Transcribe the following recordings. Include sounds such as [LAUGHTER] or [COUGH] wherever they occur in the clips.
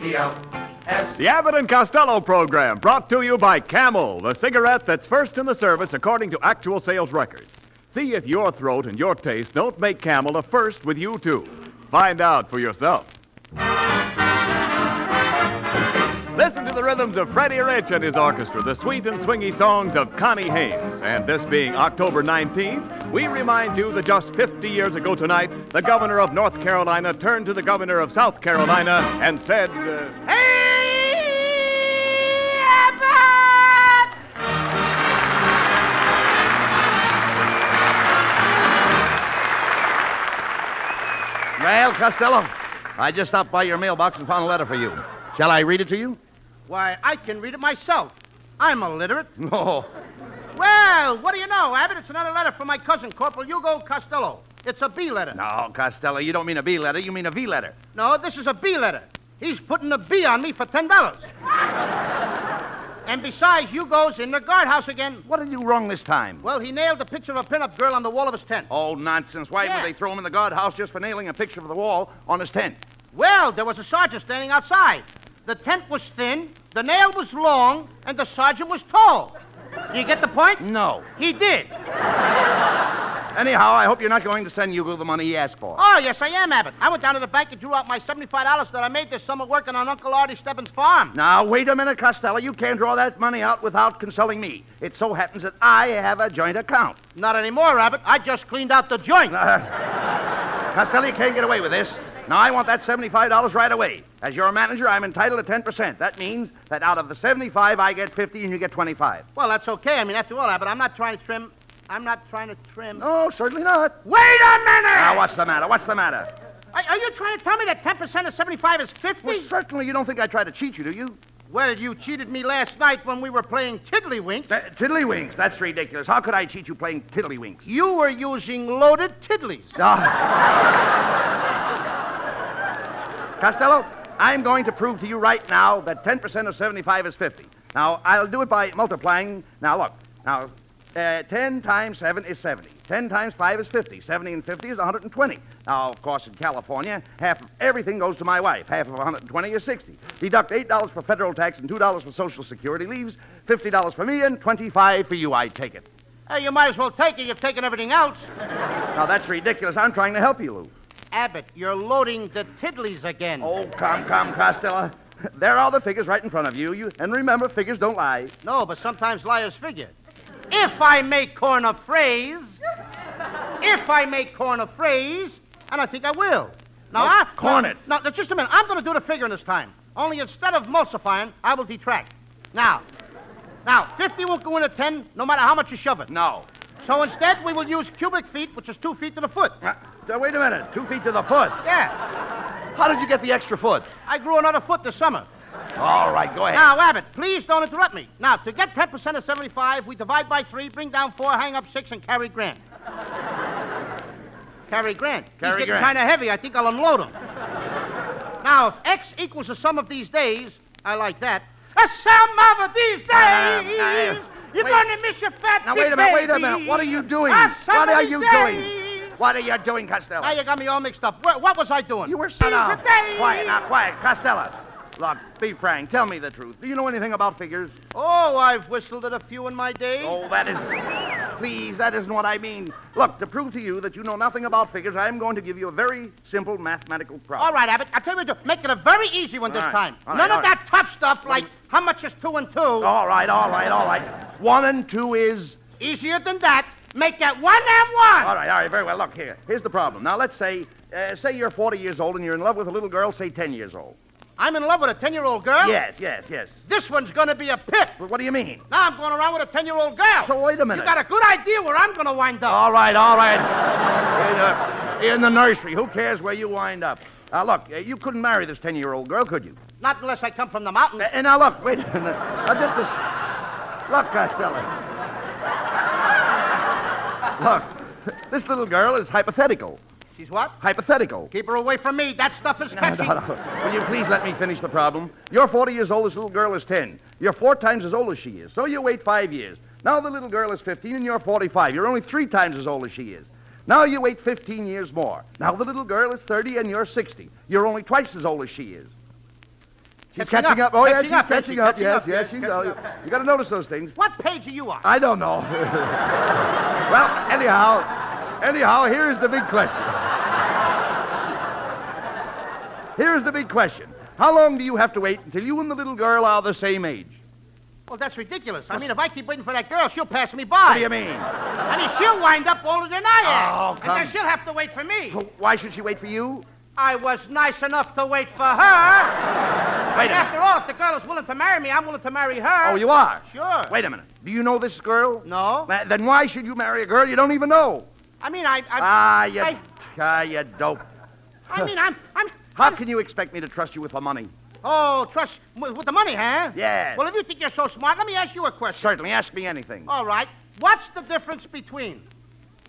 C-O-S. The Abbott and Costello program brought to you by Camel, the cigarette that's first in the service according to actual sales records. See if your throat and your taste don't make Camel a first with you too. Find out for yourself. Listen to the rhythms of Freddie Rich and his orchestra, the sweet and swingy songs of Connie Haynes. And this being October 19th, we remind you that just 50 years ago tonight, the governor of North Carolina turned to the governor of South Carolina and said, uh, Hey, Abbott! Well, Costello, I just stopped by your mailbox and found a letter for you. Shall I read it to you? [LAUGHS] Why, I can read it myself. I'm illiterate. No. Well, what do you know, Abbott? It's another letter from my cousin, Corporal Hugo Costello. It's a B letter. No, Costello, you don't mean a B letter. You mean a V letter. No, this is a B letter. He's putting a B on me [LAUGHS] for $10. and besides, Hugo's in the guardhouse again. What did you wrong this time? Well, he nailed the picture of a pinup girl on the wall of his tent. Oh, nonsense. Why Yeah. would they throw him in the guardhouse just for nailing a picture of the wall on his tent? Well, there was a sergeant standing outside. The tent was thin, the nail was long, and the sergeant was tall. You get the point? No. He did. Anyhow, I hope you're not going to send Hugo the money he asked for. Oh, yes, I am, Abbott. I went down to the bank and drew out my $75 that I made this summer working on Uncle Artie Stebbins' farm. Now, wait a minute, Costello. You can't draw that money out without consulting me. It so happens that I have a joint account. Not anymore, Abbott. I just cleaned out the joint. Costello, you can't get away with this. Now, I want that $75 right away. As your manager, I'm entitled to 10%. That means that out of the 75, I get 50 and you get 25. Well, that's okay. I mean, after all, Abbott, I'm not trying to trim. I'm not trying to trim. No, Oh, certainly not. Wait a minute! Now, what's the matter? What's the matter? Are, are you trying to tell me that 10% of 75 is 50? Well, certainly you don't think I try to cheat you, do you? Well, you cheated me last night when we were playing Tiddlywink. Th- tiddlywinks. That's ridiculous. How could I cheat you playing tiddlywinks? You were using loaded tiddlies. Ah. Costello, I'm going to prove to you right now that 10% of 75 is 50. Now, I'll do it by multiplying. Now, look. Now, uh, 10 times 7 is 70. 10 times 5 is 50. 70 and 50 is 120. Now, of course, in California, half of everything goes to my wife. Half of 120 is 60. Deduct $8 for federal tax and $2 for Social Security leaves, $50 for me, and 25 for you, I take it. Hey, Uh, you might as well take it. You've taken everything else. Now, that's ridiculous. I'm trying to help you, Lou. Abbott, you're loading the tiddlies again. Oh, come, come, Costello. [LAUGHS] There are the figures right in front of you. you and remember, figures don't lie. No, but sometimes liars figure. If I may coin a phrase, if I may coin a phrase, and I think I will. Now, I. coin now- it. Now, now, just a minute. I'm going to do the figuring this time. Only instead of multiplying, I will detract. Now, now, 50 will go into 10 no matter how much you shove it. No. So instead, we will use cubic feet, which is two feet to the foot. Uh, now, wait a minute. Two feet to the foot. Yeah, How did you get the extra foot? I grew another foot this summer. All right, go ahead. Now, Abbott, please don't interrupt me. Now, to get 10% of 75, we divide by 3, bring down 4, hang up 6, and [LAUGHS] carry Grant. carry Grant. Cary He's getting Grant. kind of heavy. I think I'll unload him. now, if X equals the sum of these days, I like that. A sum of these days! Um, I- you're wait. going to miss your fat Now, big wait a minute, wait a baby. minute. What are you doing? A sum What of are these you days. doing? What Ah, are you doing, Costello? Now you got me all mixed up. Where, what was I doing? You were shut These up. are days. Quiet, now, quiet. Costello. Look, be frank. Tell me the truth. Do you know anything about figures? Oh, I've whistled at a few in my day. Oh, that is. Please, that isn't what I mean. Look, to prove to you that you know nothing about figures, I'm going to give you a very simple mathematical problem. All right, Abbott. I'll tell you what to do. Make it a very easy one All this right. time. All right, None all of right. Oh. that tough stuff like how much is two and two. All right, all right, all right. One and two is. Easier than that. Make that one and All one. right, all right, very well. Look here. Here's the problem. Now, let's say, uh, say you're 40 years old and you're in love with a little girl, say 10 years old. I'm in love with a 10 year old girl. Yes, yes, yes. This one's going to be a pip. But what do you mean? Now I'm going around with a 10 year old girl. So wait a minute. You got a good idea where I'm going to wind up. All right, all right. In, uh, in the nursery. Who cares where you wind up? Now, look, uh, you couldn't marry this 10-year-old girl, could you? Uh, Not unless I come from the mountains. And now, look, wait a minute. Now, just a... s- Look, Costello. Look, [LAUGHS] this little girl is hypothetical. She's what? Hypothetical. Keep her away from me. That stuff [LAUGHS] is No, catchy. no, no. Will you please let me finish the problem? You're 40 years old, this little girl is 10. You're four times as old as she is, so you wait five years. Now the little girl is 15 and you're 45. You're only three times as old as she is. Now you wait 15 years more. Now the little girl is 30 and you're 60. You're only twice as old as she is. She's Catching catching up. up. Oh, Catching yeah, up, she's Paige. catching up. Catching Yes, up, yes, yes, she's. Uh, catching oh, up. you got to notice those things. What page are you on? I don't know. [LAUGHS] well, anyhow, anyhow, here's the big question. Here's the big question. How long do you have to wait until you and the little girl are the same age? Well, that's ridiculous. I mean, if I keep waiting for that girl, she'll pass me by. What do you mean? I mean, she'll wind up older than I am. Oh, come. And then she'll have to wait for me. Why should she wait for you? I was nice enough to wait for her. Wait a and minute. after all, if the girl is willing to marry me, I'm willing to marry her. Oh, you are? Sure. Wait a minute. Do you know this girl? No. Ma- Then why should you marry a girl you don't even know? I mean, I. I Ah, you, I, ah, you dope. I mean, I'm. I'm. How can you expect me to trust you with the money? Oh, trust with, with the money, huh? Yes. Well, if you think you're so smart, let me ask you a question. Certainly, ask me anything. All right. What's the difference between?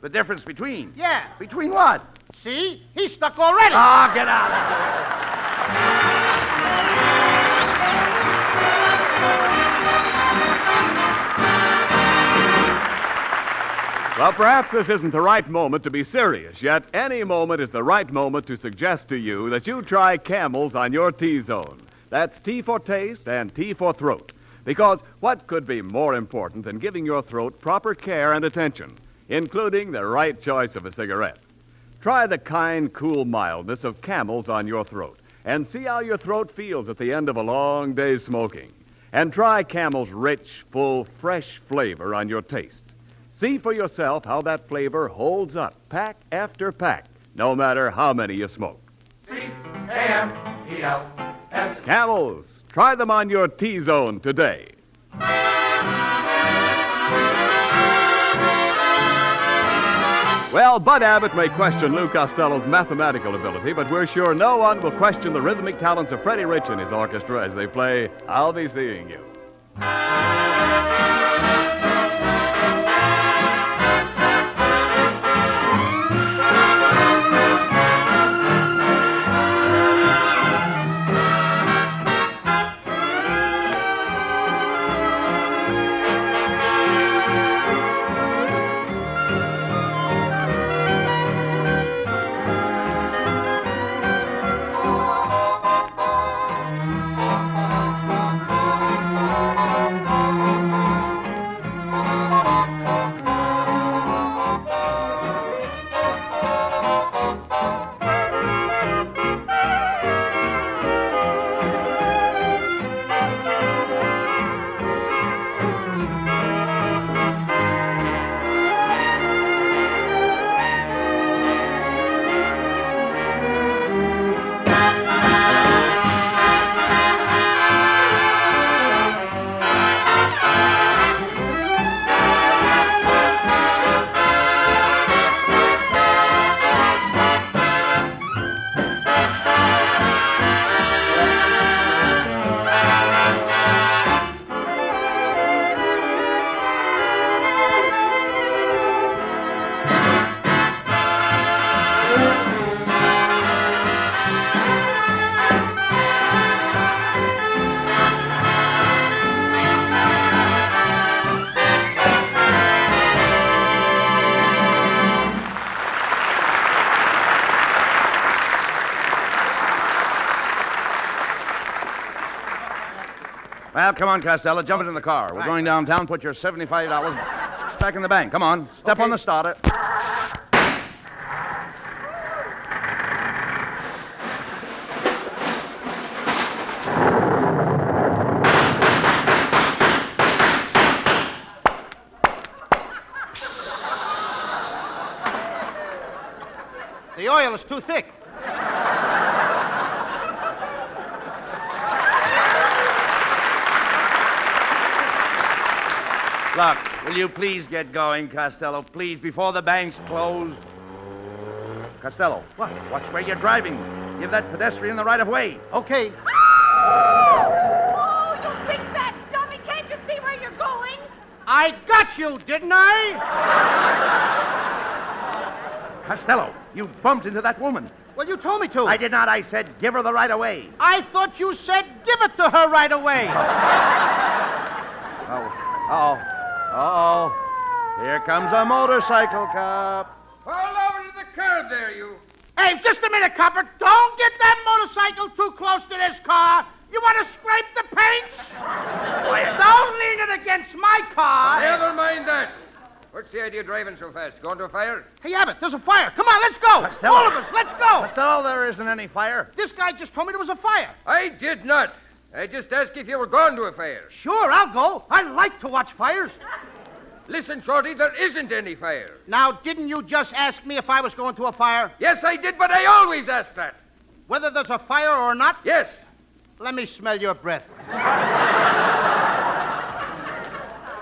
The difference between. Yeah. Between what? See, he's stuck already. Ah, get out of Well, perhaps this isn't the right moment to be serious, yet any moment is the right moment to suggest to you that you try camels on your T zone. That's T for taste and T for throat. Because what could be more important than giving your throat proper care and attention, including the right choice of a cigarette? Try the kind, cool mildness of camels on your throat and see how your throat feels at the end of a long day's smoking. And try camel's rich, full, fresh flavor on your taste. See for yourself how that flavor holds up pack after pack, no matter how many you smoke. C-A-M-E-L-S. Camels, try them on your T-zone today. Well, Bud Abbott may question Lou Costello's mathematical ability, but we're sure no one will question the rhythmic talents of Freddie Rich and his orchestra as they play I'll Be Seeing You. here. Well, come on, Costello. Jump into the car. We're going downtown. Put your $75 back in the bank. Come on. Step on the starter. The oil is too thick. Look, will you please get going, Costello? Please, before the banks close. Costello, what? Watch where you're driving. Give that pedestrian the right of way. Okay. Oh, you big fat dummy! Can't you see where you're going? I got you, didn't I? Costello, you bumped into that woman. Well, you told me to. I did not. I said give her the right of way. I thought you said give it to her right away. Oh, oh, oh. Here comes a motorcycle cop. Pull over to the curb there, you. Hey, just a minute, copper. Don't get that motorcycle too close to this car. You want to scrape the paint? Don't lean it against my car. Never mind that. What's the idea of driving so fast? Going to a fire? Hey, Abbott, there's a fire. Come on, let's go. Costello. All of us, let's go. Costello, there isn't any fire. This guy just told me there was a fire. I did not. I just asked if you were going to a fire. Sure, I'll go. I like to watch fires. Listen, Shorty, there isn't any fire. Now, didn't you just ask me if I was going to a fire? Yes, I did, but I always ask that. Whether there's a fire or not? Yes. Let me smell your breath.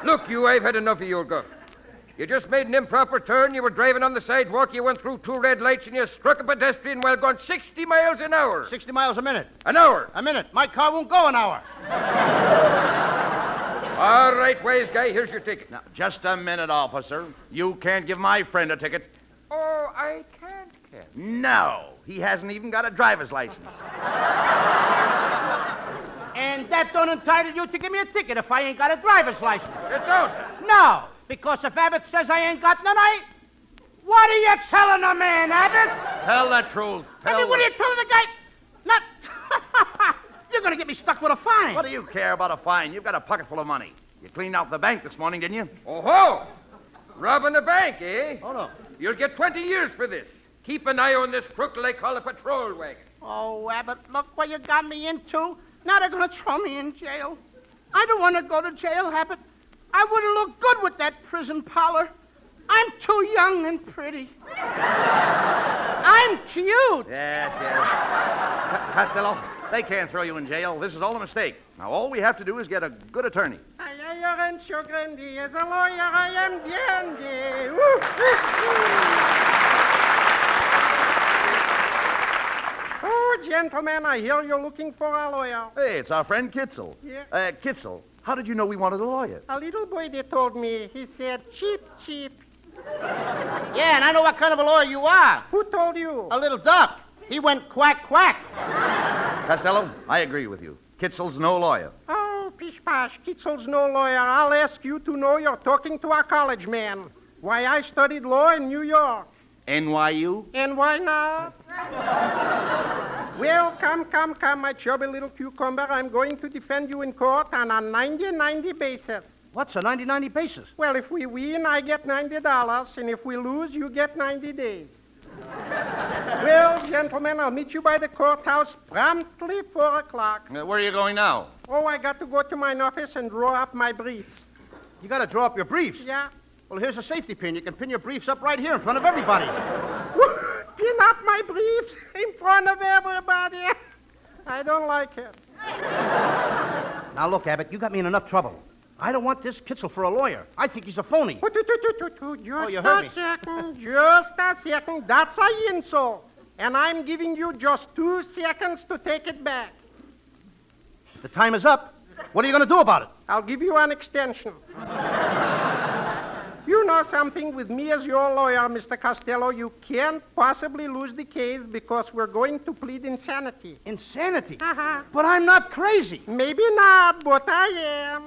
Look, you, I've had enough of your guff. You just made an improper turn. You were driving on the sidewalk. You went through two red lights and you struck a pedestrian while going 60 miles an hour. 60 miles a minute. An hour. A minute. My car won't go an hour. All right, wise guy, here's your ticket. Now, just a minute, officer. You can't give my friend a ticket. Oh, I can't, Ken. No, he hasn't even got a driver's license. And that don't entitle you to give me a ticket if I ain't got a driver's license. Get down. No, because if Abbott says I ain't got none, I. What are you telling a man, Abbott? Tell the truth. I mean, what are you telling the guy? Not. [LAUGHS] You're going to get me stuck with a fine. What do you care about a fine? You've got a pocket full of money. You cleaned out the bank this morning, didn't you? Oh, ho! Robbing a bank, eh? Hold on. You'll get 20 years for this. Keep an eye on this crook like call a patrol wagon. Oh, Abbott, look what you got me into. Now they're going to throw me in jail. I don't want to go to jail, Abbott. I wouldn't look good with that prison parlor. I'm too young and pretty. [LAUGHS] I'm cute. Yes, yes. C- Costello, they can't throw you in jail. This is all a mistake. Now, all we have to do is get a good attorney. Ay, ay, ay, and sugar and tea. As a lawyer, I am dandy. Woo, woo, woo. Oh, gentlemen, I hear you're looking for a lawyer. Hey, it's our friend Kitzel. Yeah. Uh, Kitzel, how did you know we wanted a lawyer? A little boy, they told me. He said, cheap, cheap. Yeah, and I know what kind of a lawyer you are. Who told you? A little duck. He went quack, quack. Costello, I agree with you. Kitzel's no lawyer. Oh, pish posh, Kitzel's no lawyer. I'll ask you to know you're talking to a college man. Why, I studied law in New York. NYU? And why not? well, come, come, come, my chubby little cucumber. I'm going to defend you in court on a 90-90 basis. What's a 90 90 basis? Well, if we win, I get $90, and if we lose, you get 90 days. well, gentlemen, I'll meet you by the courthouse promptly 4 o'clock. Uh, where are you going now? Oh, I got to go to my office and draw up my briefs. You got to draw up your briefs. Yeah? [LAUGHS] Well, here's a safety pin. You can pin your briefs up right here in front of everybody. Pin up my briefs in front of everybody. [LAUGHS] I don't like it. Now, look, Abbott, you got me in enough trouble. I don't want this Kitzel for a lawyer. I think he's a phony. Oh, tu- tu- tu- tu- tu, Just you a heard me. second, just a second. That's a insult. And I'm giving you just two seconds to take it back. The time is up. What are you going to do about it? I'll give you an extension. you know something with me as your lawyer, Mr. Costello. You can't possibly lose the case because we're going to plead insanity. Insanity. Uh-huh. But I'm not crazy. Maybe not, but I am.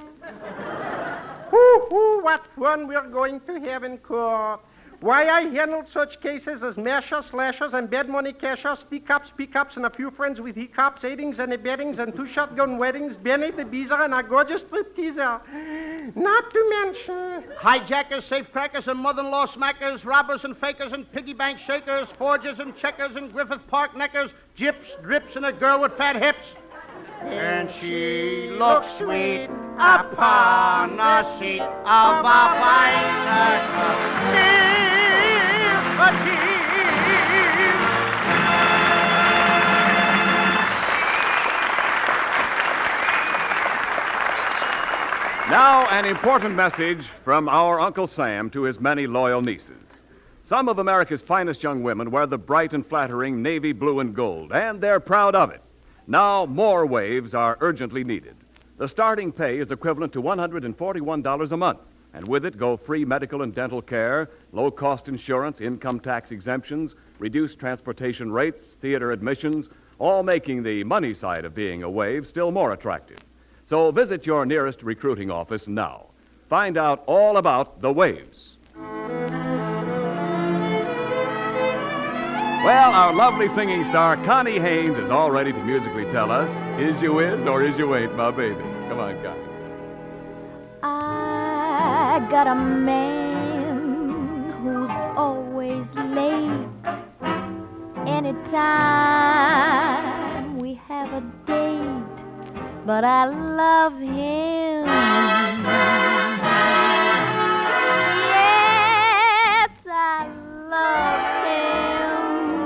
hoo hoo, what fun we're going to have in court. Why I handled such cases as mashers, slashers, and bad money cashers, teacups, pickups, and a few friends with hiccups, aidings and abettings, and two shotgun weddings, Benny the Beezer, and a gorgeous stripteaser. Not to mention... Hijackers, safecrackers, and mother-in-law smackers, robbers and fakers, and piggy bank shakers, forgers and checkers, and Griffith Park neckers, gyps, drips, and a girl with fat hips. And she looks sweet upon the seat of a bicycle. Liberty. Now, an important message from our Uncle Sam to his many loyal nieces. Some of America's finest young women wear the bright and flattering navy blue and gold, and they're proud of it. Now, more waves are urgently needed. The starting pay is equivalent to $141 a month, and with it go free medical and dental care, low cost insurance, income tax exemptions, reduced transportation rates, theater admissions, all making the money side of being a wave still more attractive. So visit your nearest recruiting office now. Find out all about the waves. Well, our lovely singing star, Connie Haynes, is all ready to musically tell us, is you is or is you ain't my baby? Come on, Connie. I got a man who's always late. Anytime we have a date, but I love him. Yes, I love him.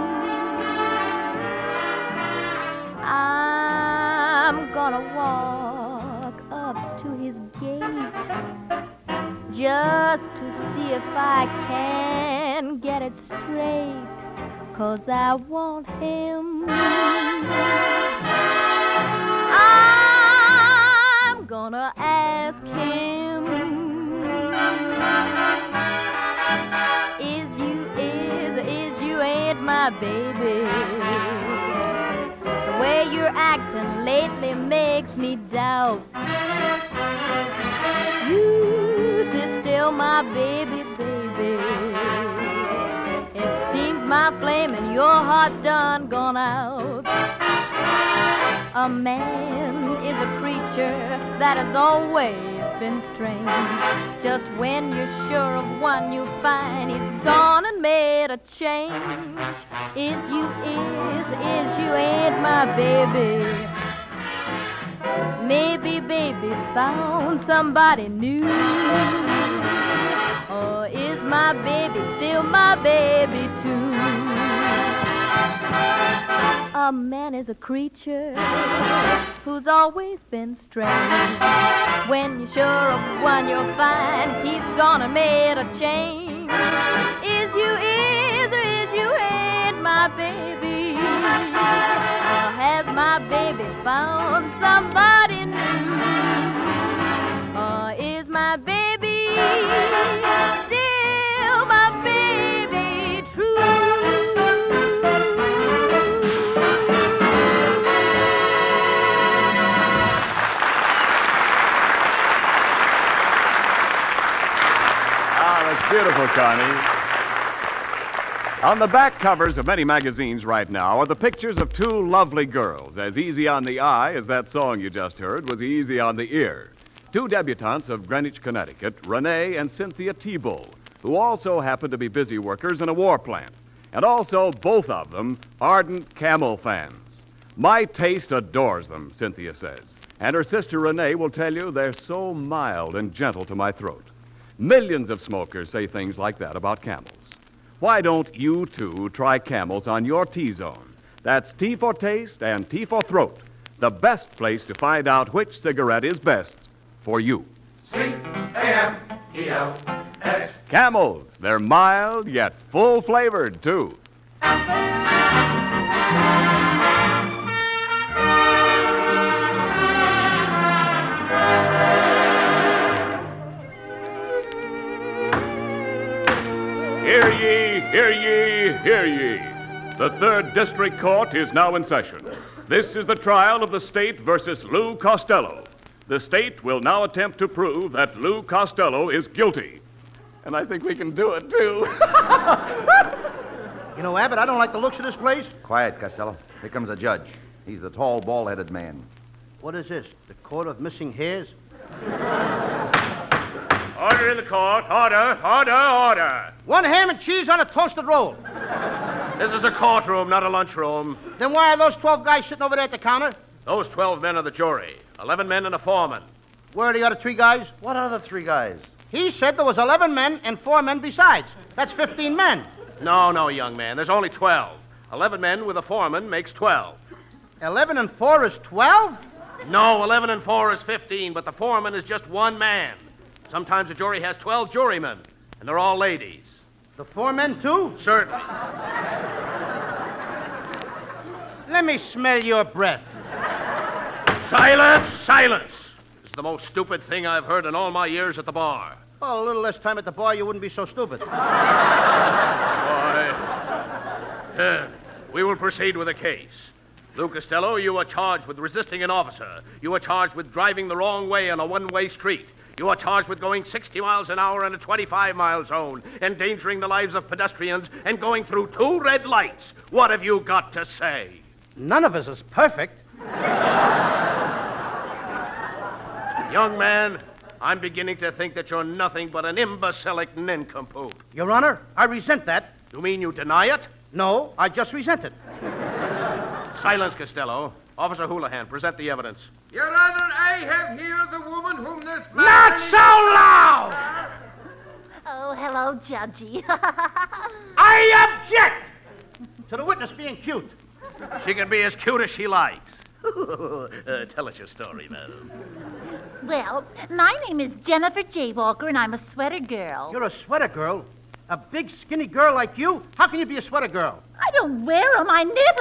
I'm gonna walk up to his gate just to see if I can get it straight. Cause I want him. I'm gonna ask him. Is you is is you ain't my baby. The way you're acting lately makes me doubt. You is still my baby, baby. It seems my flame and your heart's done gone out. A man is a creature that has always been strange. Just when you're sure of one, you find he's gone and made a change. Is you is, is you ain't my baby. Maybe baby's found somebody new. Or is my baby still my baby too? A man is a creature who's always been strange. When you're sure of one, you'll find he's gonna make a change. Is you is or is you ain't my baby? Or has my baby found somebody new? Or is my baby still my baby true? Ah, that's beautiful, Connie. On the back covers of many magazines right now are the pictures of two lovely girls, as easy on the eye as that song you just heard was easy on the ear. Two debutantes of Greenwich, Connecticut, Renee and Cynthia Tebow, who also happen to be busy workers in a war plant, and also both of them ardent camel fans. My taste adores them, Cynthia says, and her sister Renee will tell you they're so mild and gentle to my throat. Millions of smokers say things like that about camels. Why don't you two try camels on your T zone? That's T for taste and T for throat. The best place to find out which cigarette is best for you. C A M E L S. Camels. They're mild yet full flavored, too. Hear ye, hear ye, hear ye. The third district court is now in session. This is the trial of the state versus Lou Costello. The state will now attempt to prove that Lou Costello is guilty. And I think we can do it, too. You know, Abbott, I don't like the looks of this place. Quiet, Costello. Here comes a judge. He's the tall, bald headed man. What is this? The court of missing hairs? order in the court. Order, order, order. One ham and cheese on a toasted roll. This is a courtroom, not a lunchroom. Then why are those 12 guys sitting over there at the counter? Those 12 men are the jury, 11 men and a foreman. Where are the other three guys? What are the three guys? He said there was 11 men and four men besides. That's 15 men. No, no, young man. There's only 12. 11 men with a foreman makes 12. 11 and 4 is 12? No, 11 and 4 is 15, but the foreman is just one man. Sometimes a jury has 12 jurymen, and they're all ladies. The four men, too? Certainly. Let me smell your breath. Silence! Silence! This is the most stupid thing I've heard in all my years at the bar. Oh, a little less time at the bar, you wouldn't be so stupid. We will proceed with the case. Lou Costello, you are charged with resisting an officer. You are charged with driving the wrong way on a one way street. You are charged with going 60 miles an hour in a 25 mile zone, endangering the lives of pedestrians, and going through two red lights. What have you got to say? None of us is perfect. Young man, I'm beginning to think that you're nothing but an imbecilic nincompoop. Your Honor, I resent that. You mean you deny it? No, I just resent it. Silence, Costello. Officer Houlihan, present the evidence. Your Honor, I have here the woman whom this man. Not so loud! Oh, hello, Judgy. [LAUGHS] I object to the witness being cute. She can be as cute as she likes. [LAUGHS] Uh, tell us your story, madam. well, my name is Jennifer J. Walker, and I'm a sweater girl. You're a sweater girl. A big, skinny girl like you? How can you be a sweater girl? I don't wear 'em, I knit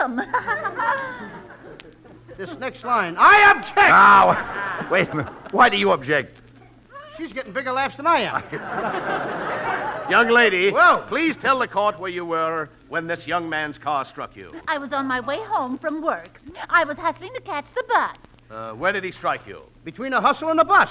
'em. [LAUGHS] This next line. I object! Now, wait a minute. Why do you object? She's getting bigger laughs than I am. Young lady, Well. please tell the court where you were when this young man's car struck you. I was on my way home from work. I was hustling to catch the bus. Uh, where did he strike you? Between a hustle and a bus.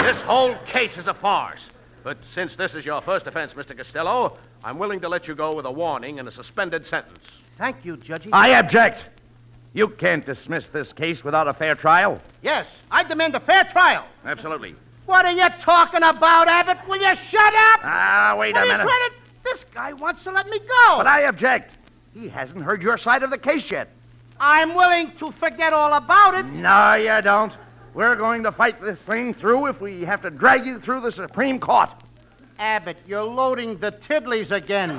This whole case is a farce. But since this is your first offense, Mr. Costello, I'm willing to let you go with a warning and a suspended sentence. Thank you, Judgy. I object. You can't dismiss this case without a fair trial. Yes, I demand a fair trial. Absolutely. What are you talking about, Abbott? Will you shut up? Ah, wait a Any minute. credit? This guy wants to let me go. But I object. He hasn't heard your side of the case yet. I'm willing to forget all about it. No, you don't. We're going to fight this thing through if we have to drag you through the Supreme Court. Abbott, you're loading the tiddlies again.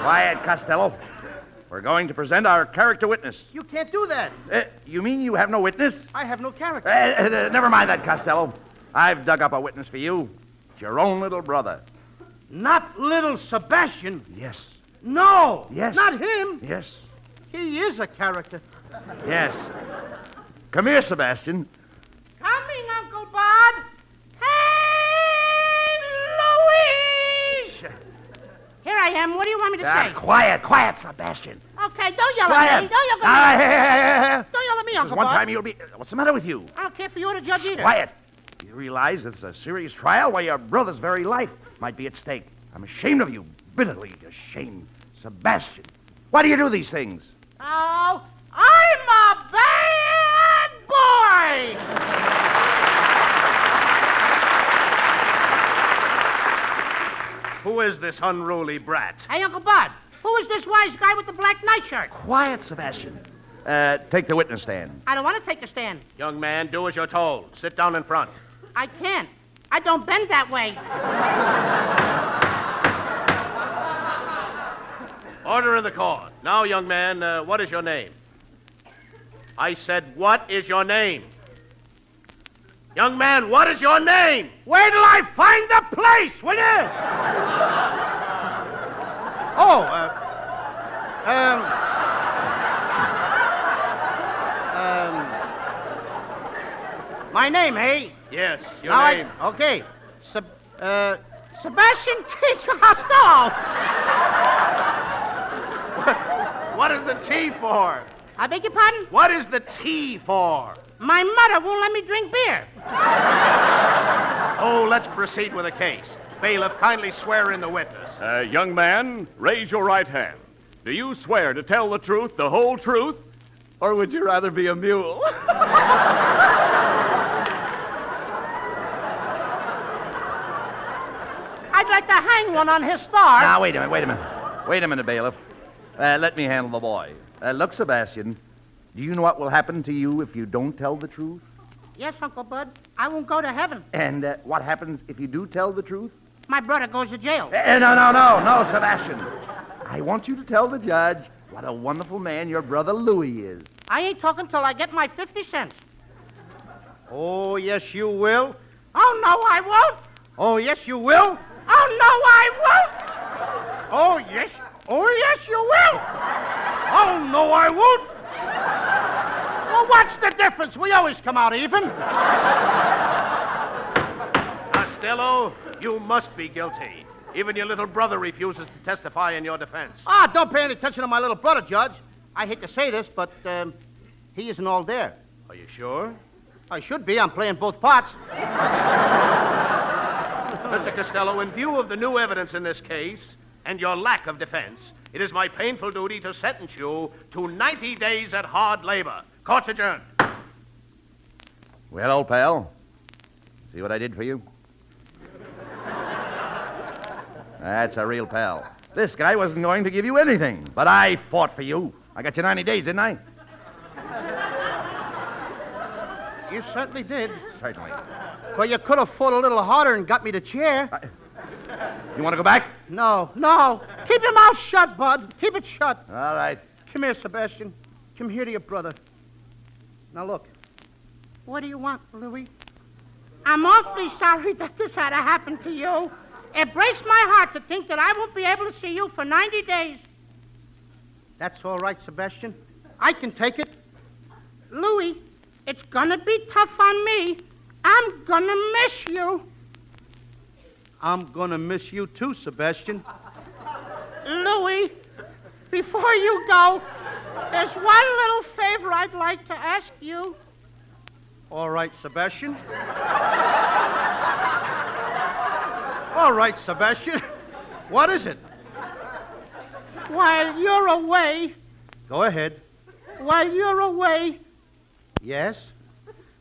Quiet, Costello. We're going to present our character witness. You can't do that. Uh, you mean you have no witness? I have no Uh, character. uh, uh, never mind that, Costello. I've dug up a witness for you. It's your own little brother. Not little Sebastian. Yes. No. Yes. Not him. Yes. He is a character. Yes. Come here, Sebastian. Coming, Uncle Bob. Hey, Louise! Here I am. What do you want me to Ah, say? quiet, quiet, Sebastian. Okay, don't yell at me. Quiet. Don't yell at me. Ah, hey, hey, hey, hey, hey. don't yell at me, This is Uncle one Bob. time you'll be. What's the matter with you? I don't care for you or the judge either. Quiet. You realize it's a serious trial where your brother's very life might be at stake. I'm ashamed of you, bitterly ashamed. Sebastian, why do you do these things? Oh, I'm a bad boy. Who is this unruly brat? Hey, Uncle Bud, who is this wise guy with the black nightshirt? Quiet, Sebastian. Uh, take the witness stand. I don't want to take a stand. Young man, do as you're told. Sit down in front. I can't. I don't bend that way. Order in the court. Now, young man, uh, what is your name? I said, what is your name? Young man, what is your name? Where till I find the place, will you? oh, uh, um, um, my name, hey? Yes, your Now I- name. okay, Seb- uh, Sebastian T. Costello. [LAUGHS] What is the T for? I beg your pardon. What is the T for? My mother won't let me drink beer. Oh, let's proceed with the case. Bailiff, kindly swear in the witness. Uh, young man, raise your right hand. Do you swear to tell the truth, the whole truth, or would you rather be a mule? I'd like to hang one on his star. Now, Ah, wait a minute, wait a minute. Wait a minute, bailiff. Uh, let me handle the boy. Uh, look, Sebastian, do you know what will happen to you if you don't tell the truth? Yes, Uncle Bud. I won't go to heaven. And uh, what happens if you do tell the truth? My brother goes to jail. Eh, eh, no, no, no, no, Sebastian. I want you to tell the judge what a wonderful man your brother Louis is. I ain't talking till I get my 50 cents. Oh, yes, you will. Oh, no, I won't. Oh, yes, you will. Oh, no, I won't. Oh, yes. Oh, yes, you will. Oh, no, I won't. Well, what's the difference? We always come out even. Costello, you must be guilty. Even your little brother refuses to testify in your defense. Ah, don't pay any attention to my little brother, Judge. I hate to say this, but um, he isn't all there. Are you sure? I should be. I'm playing both parts. Mr. Costello, in view of the new evidence in this case and your lack of defense, it is my painful duty to sentence you to 90 days at hard labor. Court adjourned. Well, old pal, see what I did for you? That's a real pal. This guy wasn't going to give you anything, but I fought for you. I got you 90 days, didn't I? You certainly did. Certainly. Well, you could have fought a little harder and got me the chair. You want to go back? No, no. Keep your mouth shut, Bud. Keep it shut. All right. Come here, Sebastian. Come here to your brother. Now, look. What do you want, Louis? I'm awfully sorry [LAUGHS] that this had to happen to you. It breaks my heart to think that I won't be able to see you for 90 days. That's all right, Sebastian. I can take it. Louis, it's gonna be tough on me. I'm gonna miss you. I'm gonna miss you too, Sebastian. Louis, before you go, there's one little favor I'd like to ask you. All right, Sebastian. All right, Sebastian. What is it? While you're away, Go ahead. while you're away, Yes?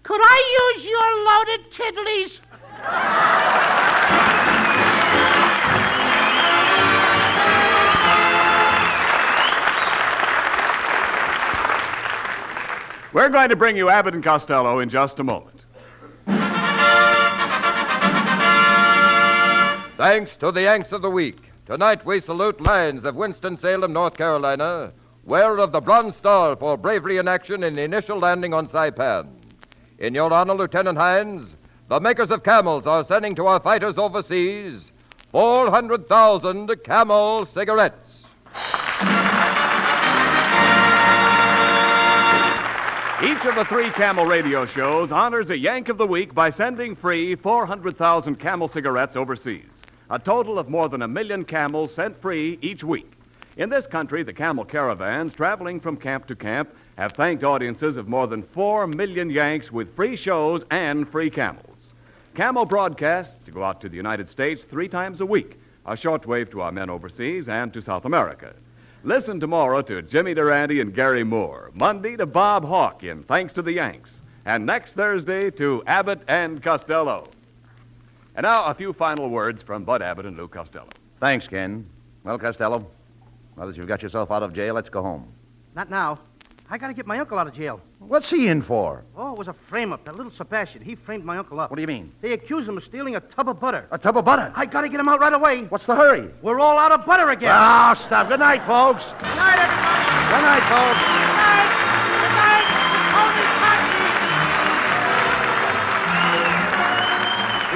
could I use your loaded tiddlies? We're going to bring you Abbott and Costello in just a moment. Thanks to the Yanks of the Week. Tonight we salute Lyons of Winston-Salem, North Carolina, wearer of the Bronze Star for bravery in action in the initial landing on Saipan. In your honor, Lieutenant Hines, the makers of camels are sending to our fighters overseas 400,000 camel cigarettes. Each of the three Camel radio shows honors a Yank of the Week by sending free 400,000 Camel cigarettes overseas, a total of more than a million camels sent free each week. In this country, the camel caravans traveling from camp to camp have thanked audiences of more than 4 million Yanks with free shows and free camels. Camel broadcasts go out to the United States three times a week, a shortwave to our men overseas and to South America. Listen tomorrow to Jimmy Durante and Gary Moore, Monday to Bob Hawke in Thanks to the Yanks, and next Thursday to Abbott and Costello. And now a few final words from Bud Abbott and Lou Costello. Thanks, Ken. Well, Costello, now that you've got yourself out of jail, let's go home. Not now. I gotta get my uncle out of jail. What's he in for? Oh, it was a frame up. That little Sebastian. He framed my uncle up. What do you mean? They accused him of stealing a tub of butter. A tub of butter. I gotta get him out right away. What's the hurry? We're all out of butter again. Ah, stop. Good night, folks. Good night, everybody. Good night, folks.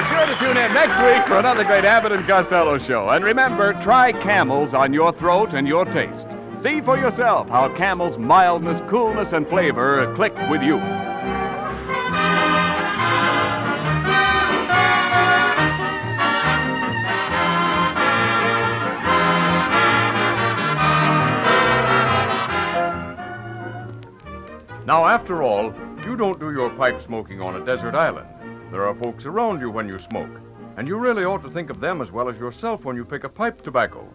Good night. Good night. Only country. Be sure to tune in next week for another great Abbott and Costello show. And remember, try camels on your throat and your taste. See for yourself how camels' mildness, coolness, and flavor click with you. Now, after all, you don't do your pipe smoking on a desert island. There are folks around you when you smoke, and you really ought to think of them as well as yourself when you pick a pipe tobacco.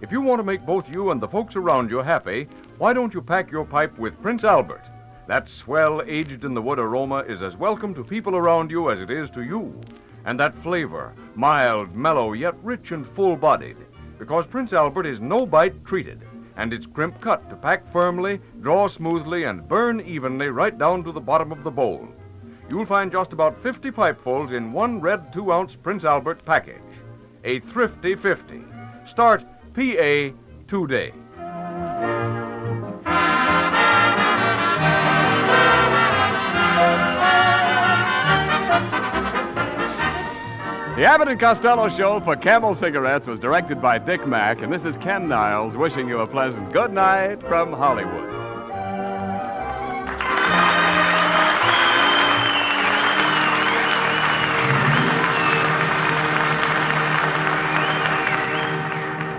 If you want to make both you and the folks around you happy, why don't you pack your pipe with Prince Albert? That swell, aged in the wood aroma is as welcome to people around you as it is to you. And that flavor, mild, mellow, yet rich and full bodied, because Prince Albert is no bite treated, and it's crimp cut to pack firmly, draw smoothly, and burn evenly right down to the bottom of the bowl. You'll find just about 50 pipefuls in one red 2 ounce Prince Albert package. A thrifty 50. Start PA today. The Abbott and Costello show for Camel Cigarettes was directed by Dick Mack, and this is Ken Niles wishing you a pleasant good night from Hollywood.